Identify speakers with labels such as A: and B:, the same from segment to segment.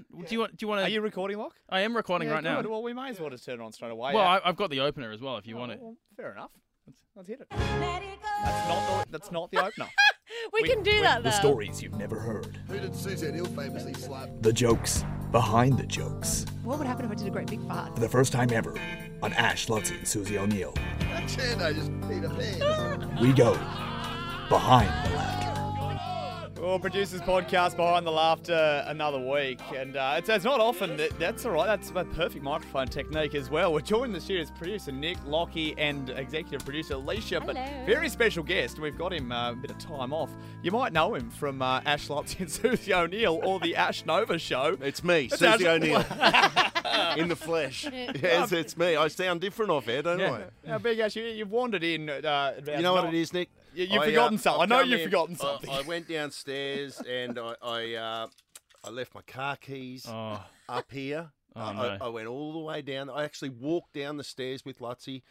A: Do you want? Do you want
B: Are
A: to?
B: you recording, Locke?
A: I am recording
B: Yeah,
A: right now.
B: good. Well, we may as well just turn it on straight away.
A: Well,
B: Uh,
A: I, I've got the opener as well. If you
B: oh,
A: want it.
B: well, fair enough. Let's, let's hit it.
C: Let it go.
B: That's not the, that's not the opener.
C: We,
B: We-
C: can do
B: we-
C: that though.
D: Uh,
E: The stories you've never heard.
F: Who did Suzanne Hill famously slap?
E: The jokes behind the jokes.
D: What would happen if I did a great big fart?
E: For the first time ever on Ash Lutzy and Susie O'Neill,
F: That chair I just beat a man.
E: we go behind the laughter.
B: well, producers podcast behind the laughter another week, and uh, it's, it's not often that that's all right. That's a perfect microphone technique as well. We're joined in the studio as producer Nick Lockie and executive producer Alicia, but
C: Hello.
B: very special guest. We've got him uh, a bit of time off. You might know him from uh, Ash Lutz and Susie O'Neill or the Ash Nova Show.
G: It's me,
B: That's
G: Susie
B: Ash-
G: O'Neill, in the flesh. Yes, it's me. I sound different off air, don't
B: Yeah. Now, Big Ash, you, you've wandered in. Uh,
G: I? You know what it is, Nick?
B: You- you've
G: I, uh,
B: forgotten something. I
G: I've
B: know
G: come
B: you've
G: in-
B: forgotten
G: I-
B: something.
G: I, went downstairs and I I, uh, I left my car keys
A: Oh,
G: up here.
A: Oh,
G: I, I-
A: no.
G: I went all the way down. I actually walked down the stairs with Lutzi.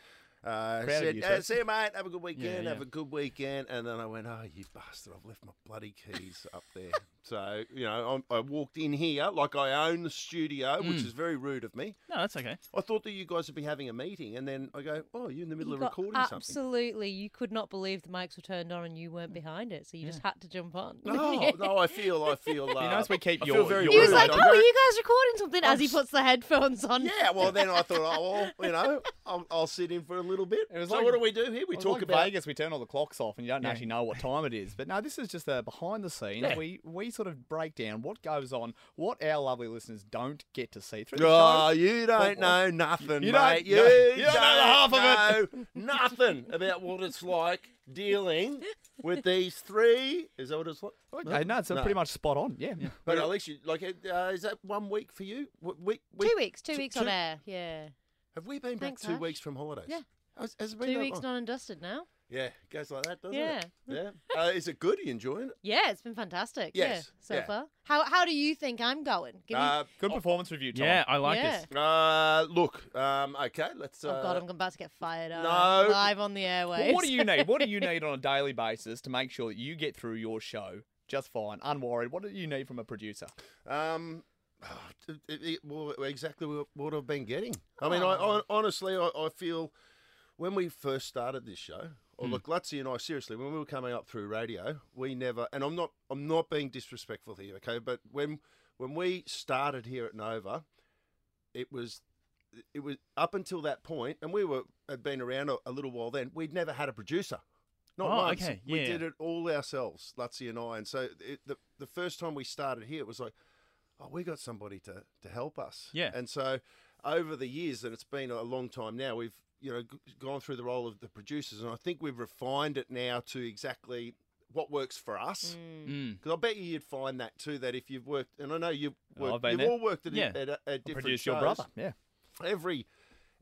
G: Uh,
B: of
G: said,
B: you,
G: uh,
B: too.
G: see you, mate. Have a good weekend.
A: yeah.
G: Have a good weekend. And then I went, oh, you bastard! I've left my bloody keys up there. So you know, i I walked in here like I own the studio, which
B: Hmm.
G: is very rude of me.
A: no, that's okay.
G: I thought that you guys would be having a meeting, and then I go, "Oh, you're in the middle
C: You
G: of
C: got-
G: recording something."
C: absolutely. You could not believe the mics were turned on and you weren't behind it, so you just had to jump on.
G: No, no, I feel, I feel. Uh,
B: notice we keep
G: I feel
B: your-
G: very
B: your
C: He was
G: rude.
B: Really?
C: like,
G: I'm
C: "Oh, are
G: very-
C: you guys recording something?" As he
G: s-
C: puts the headphones on.
G: Yeah, well, then I thought, oh, well, you know, I'll, I'll sit in for a little bit.
B: It was
G: so
B: like-
G: what do we do here? We
B: Well,
G: talk
B: like
G: about
B: Vegas. We turn all the clocks off, and you don't
A: Yeah.
B: actually know what time it is. But no, this is just a behind the scenes.
A: Yeah.
B: We we sort of break down what goes on, what our lovely listeners don't get to see through the
G: Oh,
B: show.
G: you don't
B: Well,
G: know nothing,
B: you don't-
G: mate.
B: no,
G: you,
B: you don't know the half
G: of it. nothing about what it's like dealing with these three. Is that what it's like?
B: Okay, no, it's uh,
G: No.
B: pretty much spot on. Yeah.
G: But at least you like. Uh, is that one week for you? W- Week, week,
C: two weeks. Two
G: two-
C: weeks
G: two-
C: on air. Yeah.
G: Have we been back
C: Thanks,
G: two
C: Ash.
G: weeks from holidays?
C: Yeah.
G: Has, has it been
C: Two
G: that
C: weeks
G: long?
C: non and dusted now.
G: Yeah, it goes like that, doesn't
C: Yeah.
G: it? Yeah. Uh, is it good? Are you enjoying it?
C: Yeah, it's been fantastic.
G: Yes,
C: Yeah. So
G: yeah.
C: far, how how do you think I'm going? Give me-
G: Uh,
B: Good performance review. Tom.
A: Yeah, I like
C: yeah.
A: this.
G: uh, look, um, okay, let's.
C: Oh
G: Uh,
C: God, I'm about to get fired up.
G: no.
C: Live on the airwaves.
B: Well, what do you need? What do you need on a daily basis to make sure that you get through your show just fine, unworried? What do you need from a producer?
G: Um, it, it, it- well, exactly what- what I've been getting. I mean, I,
A: Oh.
G: I honestly, I, I feel when we first started this show,
A: Hmm.
G: or look, Lutzi and I, seriously, when we were coming up through radio, we never, and I'm not, I'm not being disrespectful here, okay, but when when we started here at Nova, it was. It was up until that point, and we were had been around a, a little while. Then we'd never had a producer, not
A: Oh,
G: once.
A: okay,
G: We
A: yeah.
G: did it all ourselves, Lutzi and I. And so it, the the first time we started here, it was like, oh, we got somebody to, to help us.
A: Yeah.
G: And so over the years, and it's been a long time now, we've, you know, g- gone through the role of the producers and I think we've refined it now to exactly what works for us.
A: Mm.
G: Because I bet you you'd find that too, that if you've worked, and I know you've
B: Oh, I've
G: worked,
B: been
G: you've
B: there.
G: all worked at,
A: Yeah.
G: at, at, different
B: Produce
G: shows.
B: your brother. Yeah.
G: Every,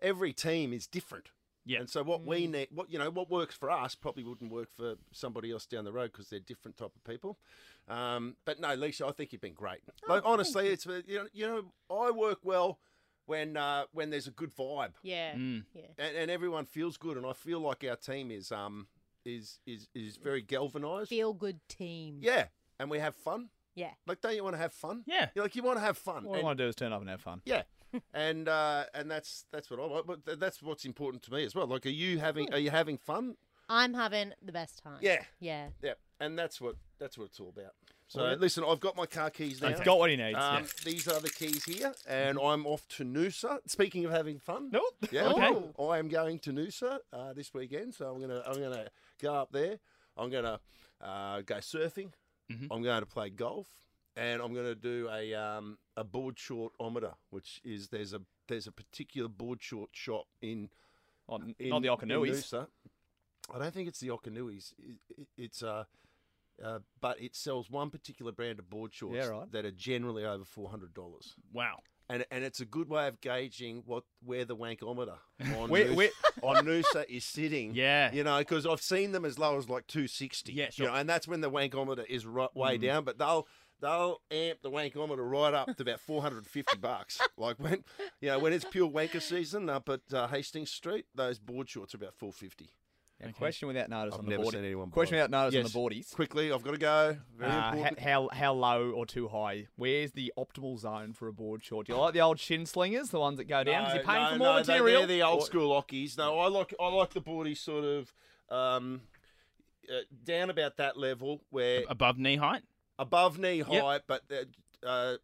G: every team is different.
A: Yeah.
G: And so what we need, what you know, what works for us probably wouldn't work for somebody else down the road because they're different type of people. Um, but no, Lisa, I think you've been great. like honestly, it's uh, you know, you know, I work well when uh, when there's a good vibe
C: Yeah.
A: Mm.
C: Yeah.
G: and, and everyone feels good, and I feel like our team is um is is is very galvanised.
C: Feel good team.
G: Yeah, and we have fun.
C: Yeah.
G: Like, don't you want to have fun?
A: Yeah.
G: You're like you want to have fun.
B: What I
G: and-
B: want to do is turn up and have fun.
G: yeah, and uh, and that's that's what I want. But th- that's what's important to me as well. Like, are you
B: Hmm.
G: having are you having fun?
C: I'm having the best time.
G: Yeah.
C: Yeah.
G: Yeah, and that's what that's what it's all about. So
B: Well,
G: listen, I've got my car keys now.
B: He's got Mm-hmm. what he needs.
G: um, These are the keys here, and I'm off to Noosa. Speaking of having fun,
B: No.
G: yeah, oh,
A: Okay.
G: I am going to Noosa uh, this weekend. So I'm gonna I'm gonna go up there. I'm gonna uh, go surfing.
B: Mm-hmm.
G: I'm going to play golf, and I'm going to do a um, a board shortometer, which is there's a there's a particular board short shop in
B: On,
G: in,
B: not the
G: in
B: Okanuis.
G: Noosa. I don't think it's the Okanuis. It, it, it's uh, uh, but it sells one particular brand of board shorts
B: Yeah, right.
G: that are generally over four hundred dollars,
A: Wow.
G: and and it's a good way of gauging what where the wankometer on
B: Where-
G: Noosa,
B: where-
G: on Noosa is sitting.
A: Yeah.
G: you know, because I've seen them as low as like two sixty.
A: Yeah,
G: you
A: sure.
G: know, and that's when the wankometer is right way down, but they'll. They'll amp the wankometer right up to about 450 bucks. Like when, you know, when it's pure wanker season up at uh, Hastings Street, those board shorts are about 450.
B: Yeah, Question without notice
G: I've
B: on the
G: never
B: board.
G: seen anyone
B: question
G: board.
B: without notice
G: Yes.
B: on the boardies.
G: Quickly, I've got to go. Very
B: Uh,
G: important.
B: ho- how how low or too high? Where's the optimal zone for a board short? Do you like the old shin slingers, the ones that go down? 'Cause
G: No,
B: you're paying
G: no,
B: for more
G: no, they-
B: material.
G: They're the old school lockies. No, I like I like the boardy sort of um, uh, down about that level where
A: above knee height.
G: above knee high,
A: Yep.
G: but they're, uh,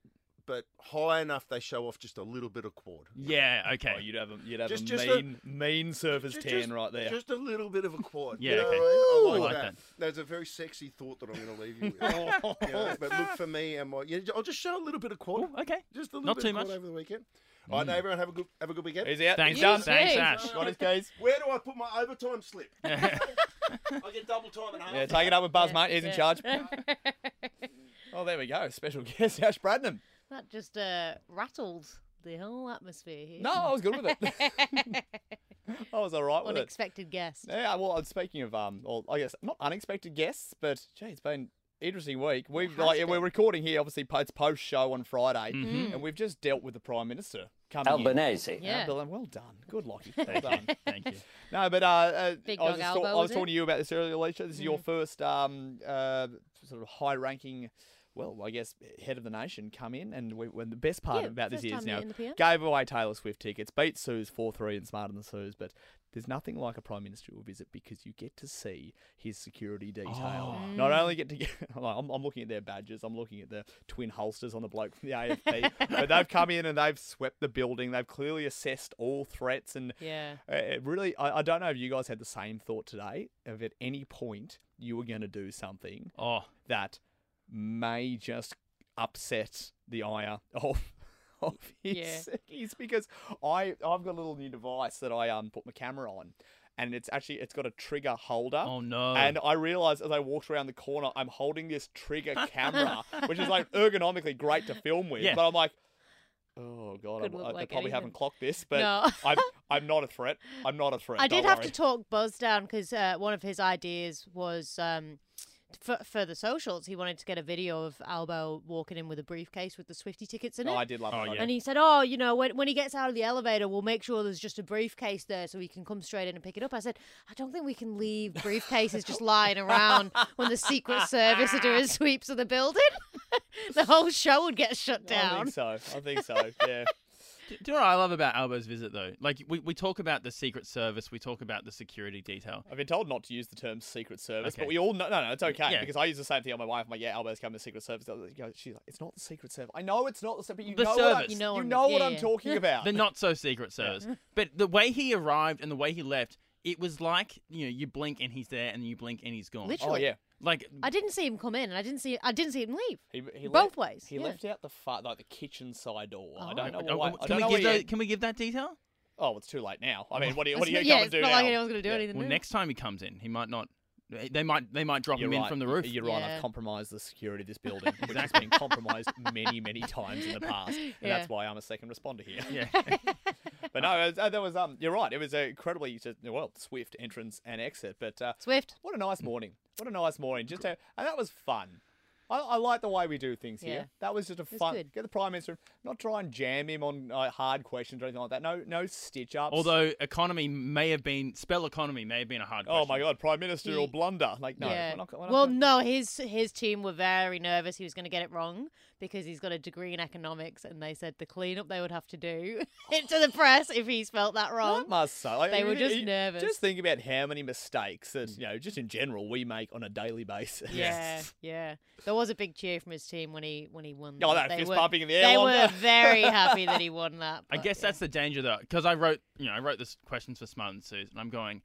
G: but high enough they show off just a little bit of quad.
A: Yeah. Okay.
B: Oh, you'd have a, you'd have
G: Just-
B: a
G: just a-
B: mean mean surface
G: Ju-
B: tan right there.
G: Just a little bit of a quad.
A: Yeah,
G: you know
A: okay.
G: what I, mean? I
A: Ooh.
G: like,
A: I like
G: that. That's a very sexy thought that I'm going to leave you with. You know, but look for me and my. Yeah, I'll just show a little bit of quad.
A: Ooh, okay.
G: Just a little
A: Not
G: bit
A: too
G: of quad
A: much.
G: over the weekend. All right, now everyone have a good have a good weekend.
B: He's out.
A: Thanks.
B: He's done.
A: Thanks,
C: Jeez.
A: Ash.
B: Got his keys.
G: Where do I put my overtime slip? I get double time and a half.
B: Yeah, take it up with Buzz, mate. He's in charge.
C: that
B: Oh, there we go. Special guest Ash Bradnam.
C: just uh, rattled the whole atmosphere here.
B: No, I was good with it. I was all right with it.
C: Unexpected guest.
B: Yeah, well, and speaking of um, well, I guess not unexpected guests, but gee, it's been interesting week. We've
C: has
B: like we're
C: been. Mm-hmm.
B: recording here, obviously po- it's post show on Friday, and we've just dealt with the Prime Minister coming
D: Albanese.
B: in.
C: Yeah.
B: Albanese, well done, good lucky, well done.
A: Thank you.
B: No, but uh, uh
C: Big
B: I was,
C: dog
B: just talk-
C: elbow,
B: I was
C: was it? Mm.
B: talking to you about this earlier, Alicia. This is your first um uh sort of high ranking. Well, I guess head of the nation come in, and we, when the best part
C: Yeah,
B: about this
C: first
B: is
C: time
B: now
C: meeting the PM.
B: gave away Taylor Swift tickets, beat Sue's four three and smarter than Sue's, but there's nothing like a prime ministerial visit because you get to see his security detail.
C: Oh.
B: Not only get to get, I'm, I'm looking at their badges, I'm looking at the twin holsters on the bloke from the AFP, but they've come in and they've swept the building, they've clearly assessed all threats and
C: Yeah.
B: uh, It really, I, I don't know if you guys had the same thought today. If at any point you were going to do something
A: Oh,
B: that may just upset the ire of of his
C: Yeah.
B: his- because I I've got a little new device that I um put my camera on, and it's actually it's got a trigger holder.
A: oh no.
B: And I realized as I walked around the corner, I'm holding this trigger camera, which is like ergonomically great to film with.
A: Yeah.
B: But I'm like, oh god, I'm,
C: Could look
B: I, they
C: like
B: probably haven't
C: anything."
B: clocked this, but
C: No.
B: I'm I'm not a threat. I'm not a threat.
C: I
B: don't
C: did have
B: worry.
C: to talk Buzz down because uh, one of his ideas was um, for, for the socials. He wanted to get a video of Albo walking in with a briefcase with the Swifty tickets in
B: No,
C: it.
B: I did love
A: Oh,
B: it.
A: yeah.
C: And he said, "Oh, you know, when, when he gets out of the elevator, we'll make sure there's just a briefcase there so he can come straight in and pick it up." I said, "I don't think we can leave briefcases just lying around when the Secret Service are doing sweeps of the building. the whole show would get shut
B: I
C: down."
B: think so. I think so. Yeah.
A: Do you know what I love about Albo's visit though? Like we, we talk about the Secret Service, we talk about the security detail.
B: I've been told not to use the term secret service, but
A: Okay.
B: we all know. No, no, it's okay
A: Yeah.
B: because I use the same thing on my wife. I'm like, yeah, Albert's coming to secret service. She's like, it's not the secret service. I know it's not the secret, but you
A: The
B: know what I'm,
A: service.
B: you
A: You
B: know,
C: know I'm-
B: what
C: yeah,
B: I'm
C: yeah.
B: talking about.
A: The not so secret service. But the way he arrived and the way he left, it was like, you know, you blink and he's there and you blink and he's gone.
C: Literally,
B: oh yeah,
A: Like
C: I didn't see him come in, and I didn't see I didn't see him leave.
B: he, he left,
C: Both ways,
B: He
C: yeah.
B: left out the far, like the kitchen side door. I
C: Oh.
B: don't know
A: Oh,
B: why.
A: can
B: I don't
A: we
B: know
A: give
B: what he-
A: tho- can we give that detail?
B: Oh, it's too late now. I mean, what are you, what are
C: It's
B: you going
C: not- yeah,
B: to
C: it's
B: do
C: not
B: now?
C: like anyone's going to do
B: Yeah.
C: anything.
A: Well,
C: now.
A: next time he comes in, he might not. They might they might drop
B: You're
A: him
B: right.
A: in from the roof.
B: You're right. I've
C: Yeah.
B: compromised the security of this building, which has been compromised many, many times in the past, and
C: Yeah.
B: that's why I'm a second responder here.
A: Yeah.
B: But no, it was- uh, that was um. You're right. It was a incredibly just, well swift entrance and exit. But uh,
C: Swift.
B: what a
A: Mm.
B: nice morning. What a nice morning. Just a, and that was fun. I, I like the way we do things
C: Yeah.
B: here. That was just a
C: was
B: fun.
C: good.
B: Get the prime minister. Not try and jam him on uh, hard questions or anything like that. No, no stitch ups.
A: Although economy may have been spell economy may have been a hard.
B: oh
A: question.
B: my god, prime ministerial
C: He-
B: blunder. Like no.
C: yeah.
B: we're not- we're not
C: well,
B: gonna-
C: no, his his team were very nervous he was going to get it wrong because he's got a degree in economics, and they said the cleanup they would have to do to the press if he spelt that wrong.
B: That must say. Like,
C: They were
B: you-
C: just
B: you-
C: nervous. Mm.
B: Just think about how many mistakes that you know, just in general, we make on a daily basis.
C: Yeah, yeah. There was a big cheer from his team when he when he won.
B: Oh, that
C: that. They
B: fist
C: were-
B: pumping in the air
C: They were
B: longer.
C: very happy that he won that.
A: I
C: but
A: guess
C: yeah.
A: that's the danger though, because I wrote you know I wrote this questions for Smart and Suze, and I'm going.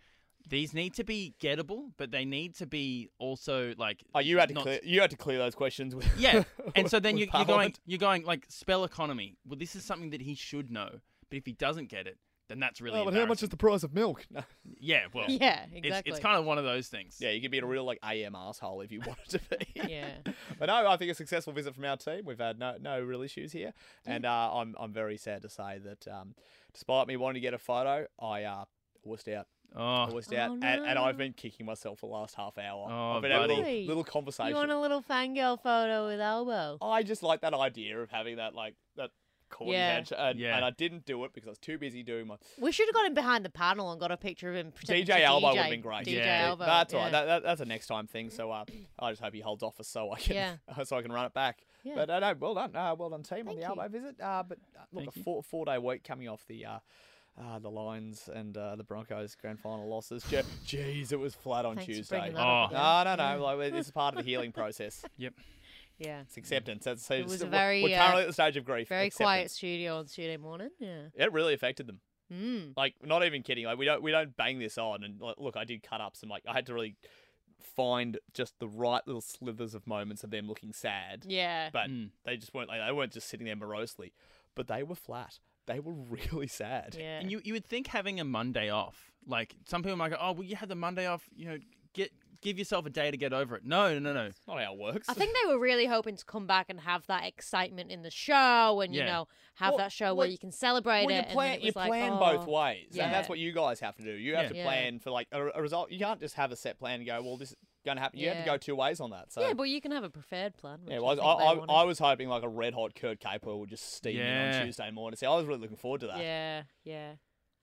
A: These need to be gettable, but they need to be also like.
B: Oh, you had to
A: not-
B: clear. You had to clear those questions. With,
A: Yeah, and so then
B: with
A: you, you're going
B: Parliament.
A: you're going like spell economy. Well, this is something that he should know, but if he doesn't get it, then that's really.
B: Oh, but how much is the price of milk? No.
A: embarrassing. Yeah, well,
C: Yeah,
A: it's,
C: exactly.
A: it's kind of one of those things.
B: Yeah, you could be a real like AM asshole if you wanted to be.
C: Yeah.
B: But no, I think a successful visit from our team. We've had no no real issues here, and uh, I'm I'm very sad to say that um, despite me wanting to get a photo, I uh, wussed out. I
A: Oh,
B: wussed out,
C: Oh,
B: and, and I've
C: no.
B: been kicking myself for the last half hour.
A: Oh,
B: I've been having a
A: buddy.
B: little, little conversation.
C: You want a little fangirl photo with Elbow?
B: I just like that idea of having that like that Courtney
C: Yeah.
B: Hedge, and,
A: Yeah.
B: and I didn't do it because I was too busy doing my
C: We should have got him behind the panel and got a picture of him. pretending
B: DJ
C: to
B: Elbow would
C: DJ
B: have been great.
C: DJ
A: Yeah.
C: Elbow.
B: That's all
C: yeah.
B: right. That, that, that's a next time thing. So uh, I just hope he holds office so I can so I can run it back.
C: Yeah.
B: But uh, no, well done, uh, well done team on
C: Thank
B: the
C: you.
B: Elbow visit. Uh, but uh, look,
A: Thank
B: a
A: you.
B: four four day week coming off the. Uh, uh, the Lions and uh, the Broncos grand final losses. Je- Jeez, it was flat on
C: Thanks for
B: Tuesday.
C: bringing that up
A: Oh.
C: again.
B: No, no, no. Like, it's part of the healing process.
A: Yep.
C: Yeah.
B: It's acceptance. That's, so
C: It was
B: so
C: a
B: we're-
C: very,
B: we're
C: uh,
B: currently at the stage of grief.
C: Very quiet
B: acceptance.
C: studio on Tuesday morning. Yeah.
B: It really affected them.
C: Mm.
B: Like, not even kidding. Like, we don't we don't bang this on. And like, look, I did cut up some. Like, I had to really find just the right little slivers of moments of them looking sad.
C: Yeah.
B: But
A: Mm.
B: they just weren't. Like, they weren't just sitting there morosely. But they were flat. They were really sad.
C: Yeah.
A: And you, you would think having a Monday off, like some people might go, oh, well, you had the Monday off, you know, get give yourself a day to get over it. No, no, no, no.
B: Not how it works.
C: I think they were really hoping to come back and have that excitement in the show, and you
A: Yeah.
C: know, have
B: Well,
C: that show
B: well,
C: where you can celebrate
B: Well, you
C: it.
B: plan,
C: and then
B: you
C: it was like,
B: plan both
C: oh,
B: ways, and that's
C: yeah.
B: what you guys have to do. You have
A: Yeah.
B: to
C: Yeah.
B: plan for like a, a result. You can't just have a set plan and go, "Well, this is going to happen." You have to
C: Yeah.
B: go two ways on that. So
C: Yeah, but you can have a preferred plan.
B: Yeah,
C: which
B: well, I, was-
C: think they
B: I,
C: wanted.
B: I, I was hoping like a red hot Kurt Capel would just steam in
A: Yeah.
B: on Tuesday morning. See, I was really looking forward to that.
C: Yeah, yeah.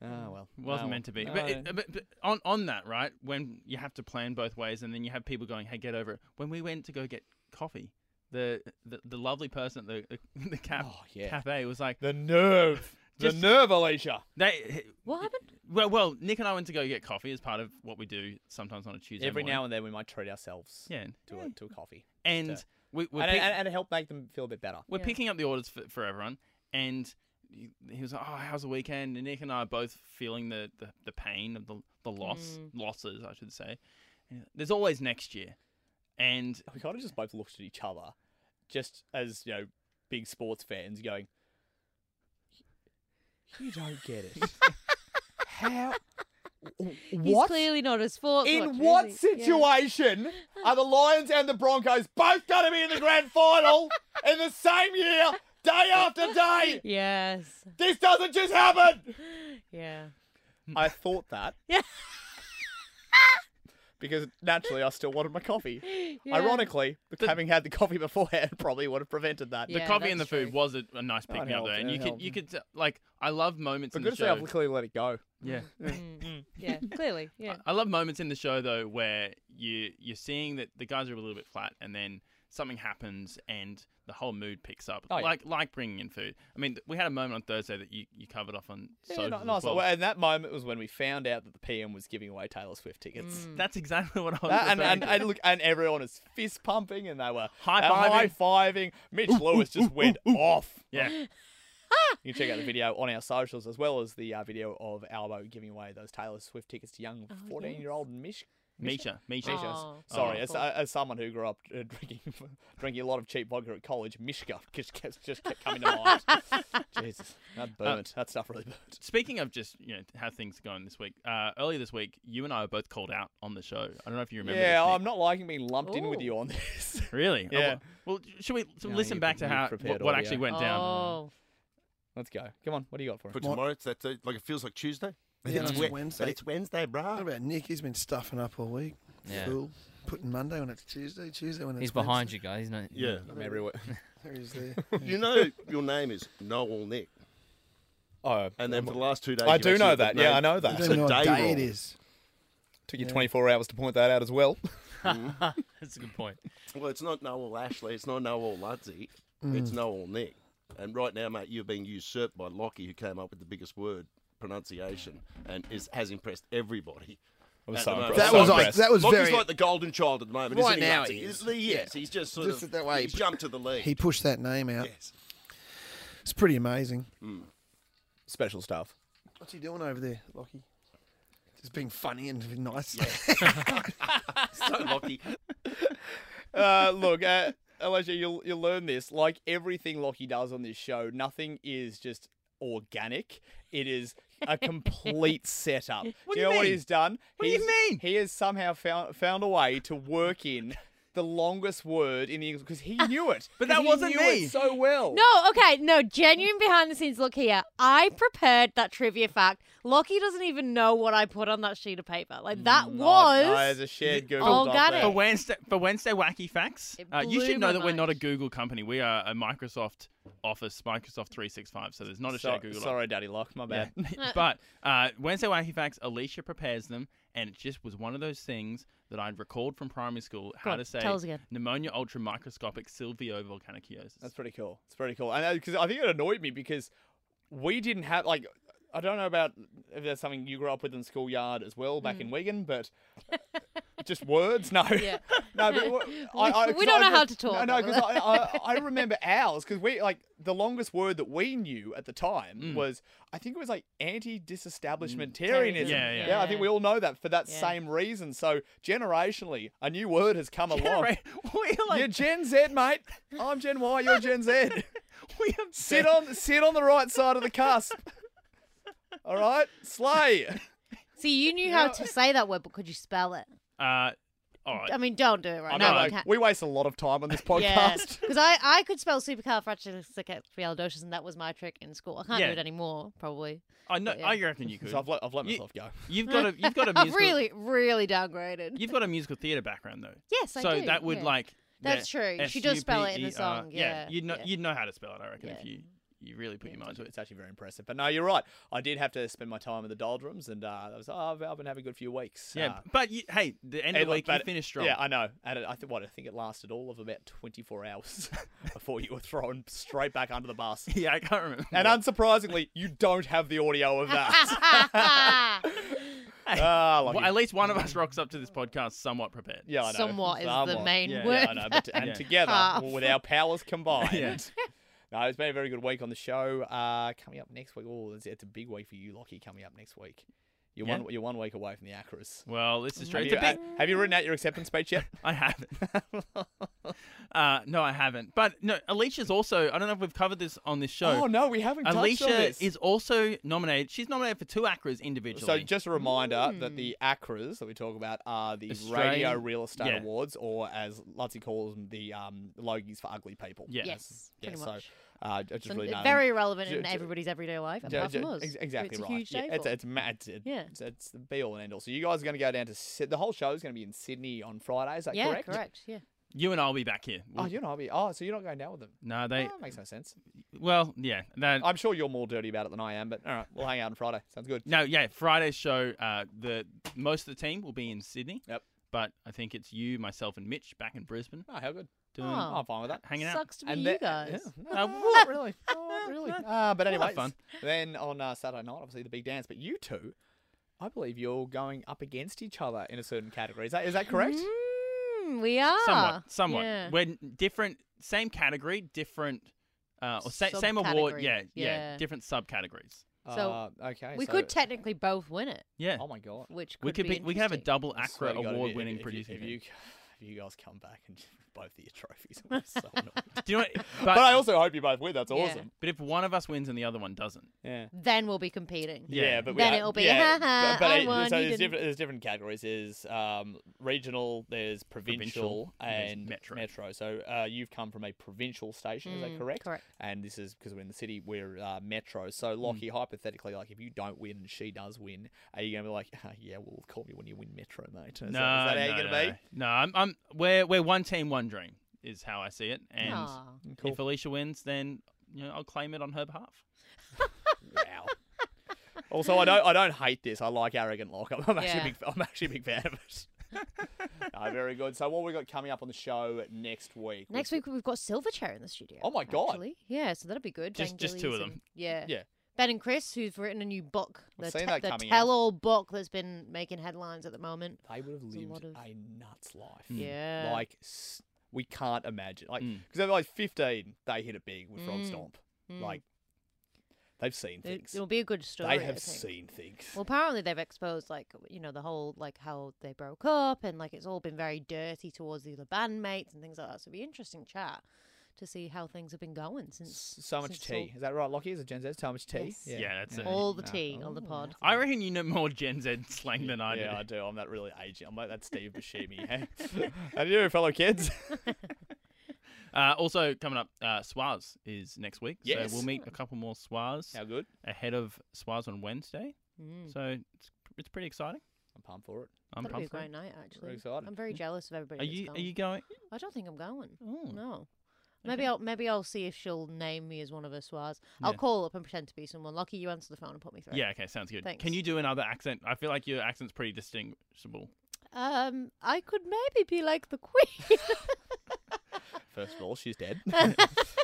B: Oh well,
A: Wasn't meant to be. But,
B: uh,
A: it, but, but on, on that, right, when you have to plan both ways and then you have people going, hey, get over it. When we went to go get coffee, the, the, the lovely person at the, the, the cap,
B: Oh, yeah.
A: cafe was like,
B: the nerve, the
A: Just-
B: nerve, Alicia.
A: they,
C: What happened?
A: well, well, Nick and I went to go get coffee as part of what we do sometimes on a Tuesday
B: Every
A: morning.
B: now and then we might treat ourselves
A: Yeah.
B: to a to a coffee,
A: And
B: Just,
A: we, we're,
B: and,
A: pick-
B: and, and it helped make them feel a bit better.
A: we're
C: Yeah.
A: picking up the orders for, for everyone. And he, he was like, oh, how's the weekend? And Nick and I are both feeling the, the, the pain of the, the loss,
C: Mm.
A: losses, I should say. And There's always next year. And
B: We kind of just both looked at each other, just as you know, big sports fans going, "You don't get it. How?
C: He's
B: What?
C: clearly not a sports. watcher,
B: In
C: is
B: what
C: he? Yeah.
B: situation are the Lions and the Broncos both going to be in the grand final in the same year, day after day?
C: Yes.
B: This doesn't just happen.
C: Yeah.
B: I thought that.
C: Yeah.
B: Because naturally, I still wanted my coffee.
C: Yeah.
B: Ironically, having had the coffee beforehand probably would have prevented that.
A: the
C: Yeah,
A: coffee and the
C: that's
A: food
C: true.
A: was a, a nice
B: Oh, it
A: pick me up
B: helped,
A: there. And
B: it
A: you
B: helped.
A: could, you could, t- like, I love moments
B: But
A: in
B: good
A: the
B: to say, I've
A: show.
B: clearly let it go.
A: Yeah.
C: Mm. Yeah. Clearly. Yeah.
A: I love moments in the show though where you you're seeing that the guys are a little bit flat, and then something happens and the whole mood picks up.
B: Oh, yeah.
A: Like like bringing in food. I mean, th- we had a moment on Thursday that you, you covered off on.
B: Yeah,
A: socials
B: not,
A: as
B: nice.
A: well.
B: Well, and that moment was when we found out that the PM was giving away Taylor Swift tickets.
C: Hmm.
A: That's exactly what I was.
B: That- and,
A: referring
B: and,
A: to.
B: and look, and everyone is fist pumping, and they were
A: High-fiving.
B: high fiving. Mitch Lewis just went off.
A: yeah,
B: You can check out the video on our socials as well as the uh, video of Albo giving away those Taylor Swift tickets to young fourteen year old Mish.
A: Misha, Misha.
B: Mishka.
C: Oh,
B: Sorry, as,
C: awful.
B: uh, as someone who grew up uh, drinking drinking a lot of cheap vodka at college, Mishka just kept, just kept coming to mind. Jesus, that burnt. that stuff really burnt.
A: Speaking of just you know how things are going this week. Uh, earlier this week, you and I were both called out on the show. I don't know if you remember.
B: Yeah,
A: this, Nick.
B: I'm not liking being lumped in with
C: Ooh.
B: you on this.
A: Really? Oh,
B: Yeah.
A: well, well, should we so
B: No,
A: listen
B: you've-
A: back to
B: you've
A: how what,
B: prepared
A: what
B: audio.
A: actually went down?
C: Oh.
B: Let's go. Come on, what do you got for us?
G: But tomorrow, it's that, uh, like, it feels like Tuesday.
F: Yeah,
G: It's
F: it's
G: Wed-
F: Wednesday.
G: But it's Wednesday,
F: How
G: bro.
F: about Nick? He's been stuffing up all week.
D: Yeah.
F: Fool. Putting Monday when it's Tuesday, Tuesday when it's
D: He's behind you guys. He's not,
G: Yeah.
B: I'm everywhere.
F: There he is there.
G: You know your name is Noel Nick.
B: Oh,
G: And then for the last two days,
B: I
G: you've
B: do
G: actually
B: know
G: got
B: that.
G: the
B: Yeah,
G: name.
B: I know
F: I
B: that.
G: It's
F: don't know
G: a
F: what
G: day
F: day it
G: roll.
F: is.
B: Took you 24 hours to point that out as well.
D: That's a good point.
G: Well, it's not Noel Ashley. It's not Noel Ludsey.
F: Mm.
G: It's Noel Nick. And right now, mate, you're being usurped by Lockie, who came up with the biggest word pronunciation and is, has impressed everybody.
B: I was
G: at
B: so
G: the moment.
B: impressed.
F: That
B: So
F: was like,
B: impressed.
F: that was
G: Lockie's
F: very.
G: like the golden child at the moment.
F: Right
G: isn't
F: now
G: he, Ludsey?
F: he is.
G: Isn't he? Yes, he's just sort
F: Just
G: of
F: that way.
G: He's jumped to the league.
F: he pushed that name out.
G: yes.
F: It's pretty amazing.
B: special stuff.
F: What's he doing over there, Lockie? Just being funny and nice.
G: So Lockie,
B: Uh, look, uh, Elijah, you'll you'll learn this. Like everything Lockie does on this show, nothing is just organic. It is a complete setup.
A: What
B: do
A: do
B: you
A: you
B: know what
A: mean?
B: he's done?
A: What do you
B: He's-
A: mean?
B: He has somehow found found a way to work in the longest word in the English because he knew it.
A: Ah, But
B: 'Cause
A: that
B: he
A: wasn't
B: knew it
A: me.
B: so well.
C: No, okay, no, genuine behind the scenes look here. I prepared that trivia fact. Lockie doesn't even know what I put on that sheet of paper. Like that
B: Oh,
C: was
B: no, there's a shared Google Doc
C: organic.
A: Oh,
B: there.
A: For Wednesday, for Wednesday wacky facts,
C: It
A: uh, you
C: blew
A: should know
C: my
A: that we're not a
C: mind.
A: Google company. We are a Microsoft Office, Microsoft 365. So there's not a
B: So-
A: share Google.
B: sorry, Daddy Lock, my
A: Yeah.
B: bad.
A: but uh, Wednesday Wacky Facts, Alicia prepares them, and it just was one of those things that I'd recalled from primary school how
C: on,
A: to say
C: tell us again.
A: pneumonia ultra microscopic silvio volcaniculosis.
B: That's pretty cool. It's pretty cool. And because I think it annoyed me because we didn't have like I don't know about if that's something you grew up with in schoolyard as well back in Wigan, but just words, no,
C: Mm. Yeah.
B: no. But wha- I, I,
C: We
B: 'cause
C: don't
B: I
C: know how
B: re-
C: to talk
B: No,
C: about
B: because I, I, I remember ours because we like the longest word that we knew at the time was I think it was like anti-disestablishmentarianism.
A: Yeah, yeah.
B: I think we all know that for that
C: Yeah.
B: same reason. So generationally, a new word has come along.
A: we are
B: You're
A: like
B: Gen Z, mate. I'm Gen Y. You're Gen Z.
A: we have
B: Sit on sit on the right side of the cusp. All right, slay.
C: See, you knew how to say that word, but could you spell it?
A: Uh, all right.
C: I mean, don't do it right
B: I
A: no,
B: know,
C: now. but
B: like,
C: you can't.
B: we waste a lot of time on this
C: Yeah,
B: podcast.
C: because I, I could spell supercalifragilisticexpialidocious, and that was my trick in school. I can't
A: Yeah.
C: do it anymore, probably.
A: I know.
C: yeah.
A: I reckon you could.
B: So I've, let, I've let
A: You-
B: myself go.
A: You've got a you've got a
C: I've
A: musical,
C: really, really downgraded.
A: you've got a musical theatre background though.
C: yes, I
A: so
C: do,
A: that would
C: yeah.
A: like
C: That's
A: the
C: true. She does spell it in the
A: S-U-P-E-R.
C: song, yeah,
A: E you'd know
C: yeah.
A: you'd know how to spell it. I reckon
C: Yeah.
A: if you you really put your mind to it.
B: It's actually very impressive. But no, you're right. I did have to spend my time in the doldrums, and uh, I was oh, I've, I've been having a good few weeks.
A: Yeah,
B: Uh,
A: but you, hey, the end of
B: and
A: the
B: look,
A: week you
B: but-
A: finished strong.
B: Yeah, I know. And it, I think what I think it lasted all of about 24 hours before you were thrown straight back under the bus.
A: yeah, I can't remember.
B: And unsurprisingly, you don't have the audio of that. Ah, lucky.
A: Well, at least one of us rocks up to this podcast somewhat prepared.
B: Yeah, I know.
C: Somewhat is the main
B: yeah,
C: word
B: Yeah, I know, but and
A: Yeah.
B: together
C: Half.
B: with our powers combined.
A: Yeah.
B: No, it's been a very good week on the show. Uh, coming up next week, oh, it's, it's a big week for you, Lockie. Coming up next week, you're
A: Yeah.
B: one you're one week away from the Acras.
A: Well, this is true.
B: Have
A: It's
B: you,
A: a big-
B: uh, have you written out your acceptance speech yet?
A: I haven't. uh, no, I haven't. But no, Alicia's also. I don't know if we've covered this on this show.
B: oh no, we haven't. touched on
A: Alicia
B: this.
A: is also nominated. She's nominated for two ACRAs
B: So
A: individually.
B: just a reminder that the
C: Hmm.
B: ACRAs that we talk about are the
A: Australian-
B: Radio Real Estate
A: yeah.
B: Awards, or as Lutzi calls them, the um, Logies for Ugly People.
A: yeah.
C: yes,
B: Yeah,
C: pretty
B: so
C: much.
B: uh, it's just
C: So
B: really
C: it's
B: no,
C: very relevant
B: ju-
C: in
B: ju-
C: everybody's everyday life,
B: Yeah,
C: apart from
B: ju-
C: us.
B: ex- exactly
C: it's
B: right.
C: a huge
B: yeah,
C: day
B: it's
C: for
B: it's, ma- it's, it-
C: Yeah.
B: it's it's the be all and end all. So you guys are going to go down to Syd- the whole show is going to be in Sydney on Friday. Is that
C: yeah,
B: correct?
C: correct. Yeah.
A: you and I'll be back here.
B: Oh, you're not. Be, oh, so you're not going down with them.
A: no, they.
B: Oh, that makes no sense.
A: Well, yeah. That,
B: I'm sure you're more dirty about it than I am, but all right, we'll hang out on Friday. Sounds good.
A: no, yeah. Friday's show. Uh, the most of the team will be in Sydney.
B: Yep.
A: But I think it's you, myself, and Mitch back in Brisbane
B: Oh, how good.
A: doing
C: Oh.
B: I'm fine with that.
A: hanging out.
C: Sucks to be
B: And
C: you
B: then-
C: guys.
B: yeah,
A: Uh,
B: no, not really, not really. Uh, but anyway,
A: fun.
B: then on uh, Saturday night, obviously the big dance. But you two, I believe you're going up against each other in a certain category. Is that is that correct?
C: Mm, we are
A: Somewhat, somewhat.
C: Yeah.
A: We're n- different, same category, different, uh, or sa- same award.
C: Subcategories,
A: Yeah, yeah,
C: yeah.
A: different subcategories.
C: So,
B: uh, okay,
C: we
B: so-
C: could technically both win it,
A: Yeah,
B: Oh my god.
C: which could
A: we could be, we could have a
C: interesting.
A: double
B: I
A: ACRA
B: swear to God, if you-
A: award
B: if-
A: winning
B: if you-
A: producing.
B: If
A: thing.
B: you, if you guys come back and both of your trophies, I'm so annoyed. but,
A: Do you know? What, but
B: I also hope you both win. That's
C: Yeah.
B: awesome.
A: but if one of us wins and the other one doesn't,
B: Yeah.
C: Then we'll be competing.
A: Yeah.
B: but
C: Then
B: we
C: it'll be,
B: yeah,
C: "Ha-ha,
B: but, but
C: I
B: it-
C: won,
B: So
C: you
B: there's
C: didn't."
B: different, there's different categories. There's um, regional, there's
A: Provincial,
B: provincial,
A: and there's
B: and
A: metro.
B: So uh, you've come from a provincial station, is that
C: Mm,
B: correct?
C: correct.
B: And this is because we're in the city, we're uh, metro. So
A: Mm.
B: Lockie, hypothetically, like if you don't win and she does win, are you gonna be like, "Ah, yeah, well, call me when you win metro, mate? Is, that- is
A: no,
B: that
A: no,
B: how you're
A: no,
B: gonna
A: no. No, I'm, I'm, we're, we're one team, one dream is how I see it. And
C: Aw.
B: be?
A: if Alicia wins, then you know I'll claim it on her behalf.
B: Wow. also, I don't I don't hate this. I like arrogant lock. I'm, I'm actually a
C: Yeah.
B: big I'm actually a big fan of it. no, very good. So what we got coming up on the show next week?
C: Next
B: which-
C: week we've got Silverchair in the studio.
B: Oh my God.
C: actually. Yeah, so that'll be good.
A: Just-
C: Ben
A: just two of
C: Gillies
A: them.
C: and- Yeah.
B: Yeah.
C: Ben and Chris, who've written a new book,
B: I've
C: the,
B: seen
C: te-
B: that
C: the
B: coming out.
C: tell-all book that's been making headlines at the moment.
B: they would have
C: There's a lot
B: lived
C: of-
B: a nuts life.
C: Yeah.
B: Like s- we can't imagine. Like
A: Mm.
B: because they're like 15, they hit it big with Frog
C: Mm.
B: Stomp.
C: Mm.
B: Like they've seen
C: it,
B: things.
C: will be a good story.
B: They
C: I
B: have
C: think.
B: seen things.
C: Well, apparently they've exposed like you know the whole like how they broke up and like it's all been very dirty towards the other bandmates and things like that. So it'll be interesting chat to see how things have been going since.
B: So much
C: since it's all-
B: tea. Is that right, Lockie? Is it Gen Z? So much tea?
C: Yes.
A: Yeah, Oh, that's it.
C: All the tea on the pod.
A: I reckon you know more Gen Z slang than I
B: yeah,
A: do.
B: I do. I'm that really aging. I'm like that Steve Buscemi. Hey, how do you do, fellow kids?
A: Uh, also coming up, uh, Swaz is next week,
B: Yes.
A: so we'll meet a couple more Swaz
B: How good?
A: ahead of Swaz on Wednesday.
B: Hmm.
C: Mm.
A: So it's, it's pretty exciting.
B: I'm pumped for it.
A: I'm
C: That'll be a
A: pumped. for
C: great
A: it.
C: night, actually.
B: excited.
C: I'm very jealous of everybody.
A: Mm. Are
C: that's
A: you are
C: gone.
A: you going?
C: I don't think I'm going.
A: Oh.
C: No, Maybe I'll maybe I'll see if she'll name me as one of her swars. I'll
A: Yeah.
C: call up and pretend to be someone. Lucky you answer the phone and put me through.
A: Yeah, okay, sounds good.
C: Thanks.
A: Can you do another accent? I feel like your accent's pretty distinguishable.
C: Um, I could maybe be like the queen.
B: First of all, she's dead.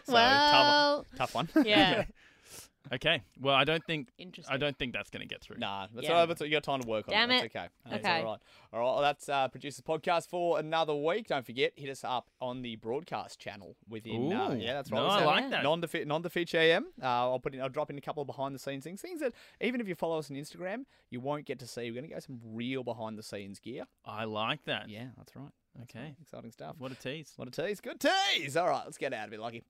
B: So,
C: well,
B: tough, tough one.
C: yeah.
A: Okay. Well, I don't think
C: Interesting.
A: I don't think that's going to get through.
B: Nah, that's
C: Yeah.
B: all right. That's all, you got time to work on.
C: Damn
B: it.
C: it.
B: That's okay. That's
C: Okay.
B: all right. All right. Well, that's uh, Producers Podcast for another week. Don't forget, hit us up on the broadcast channel within. Uh,
A: Ooh.
B: yeah, that's right.
A: No,
B: What's
A: I
B: that?
A: like that.
B: Non defeat, non defeat AM. Uh, I'll put in. I'll drop in a couple of behind the scenes things. Things that even if you follow us on Instagram, you won't get to see. We're gonna go some real behind the scenes gear.
A: I like that.
B: Yeah, that's right. That's
A: Okay.
B: right. Exciting stuff.
A: What a tease.
B: What a tease. Good tease. All right, let's get out of it, Lucky.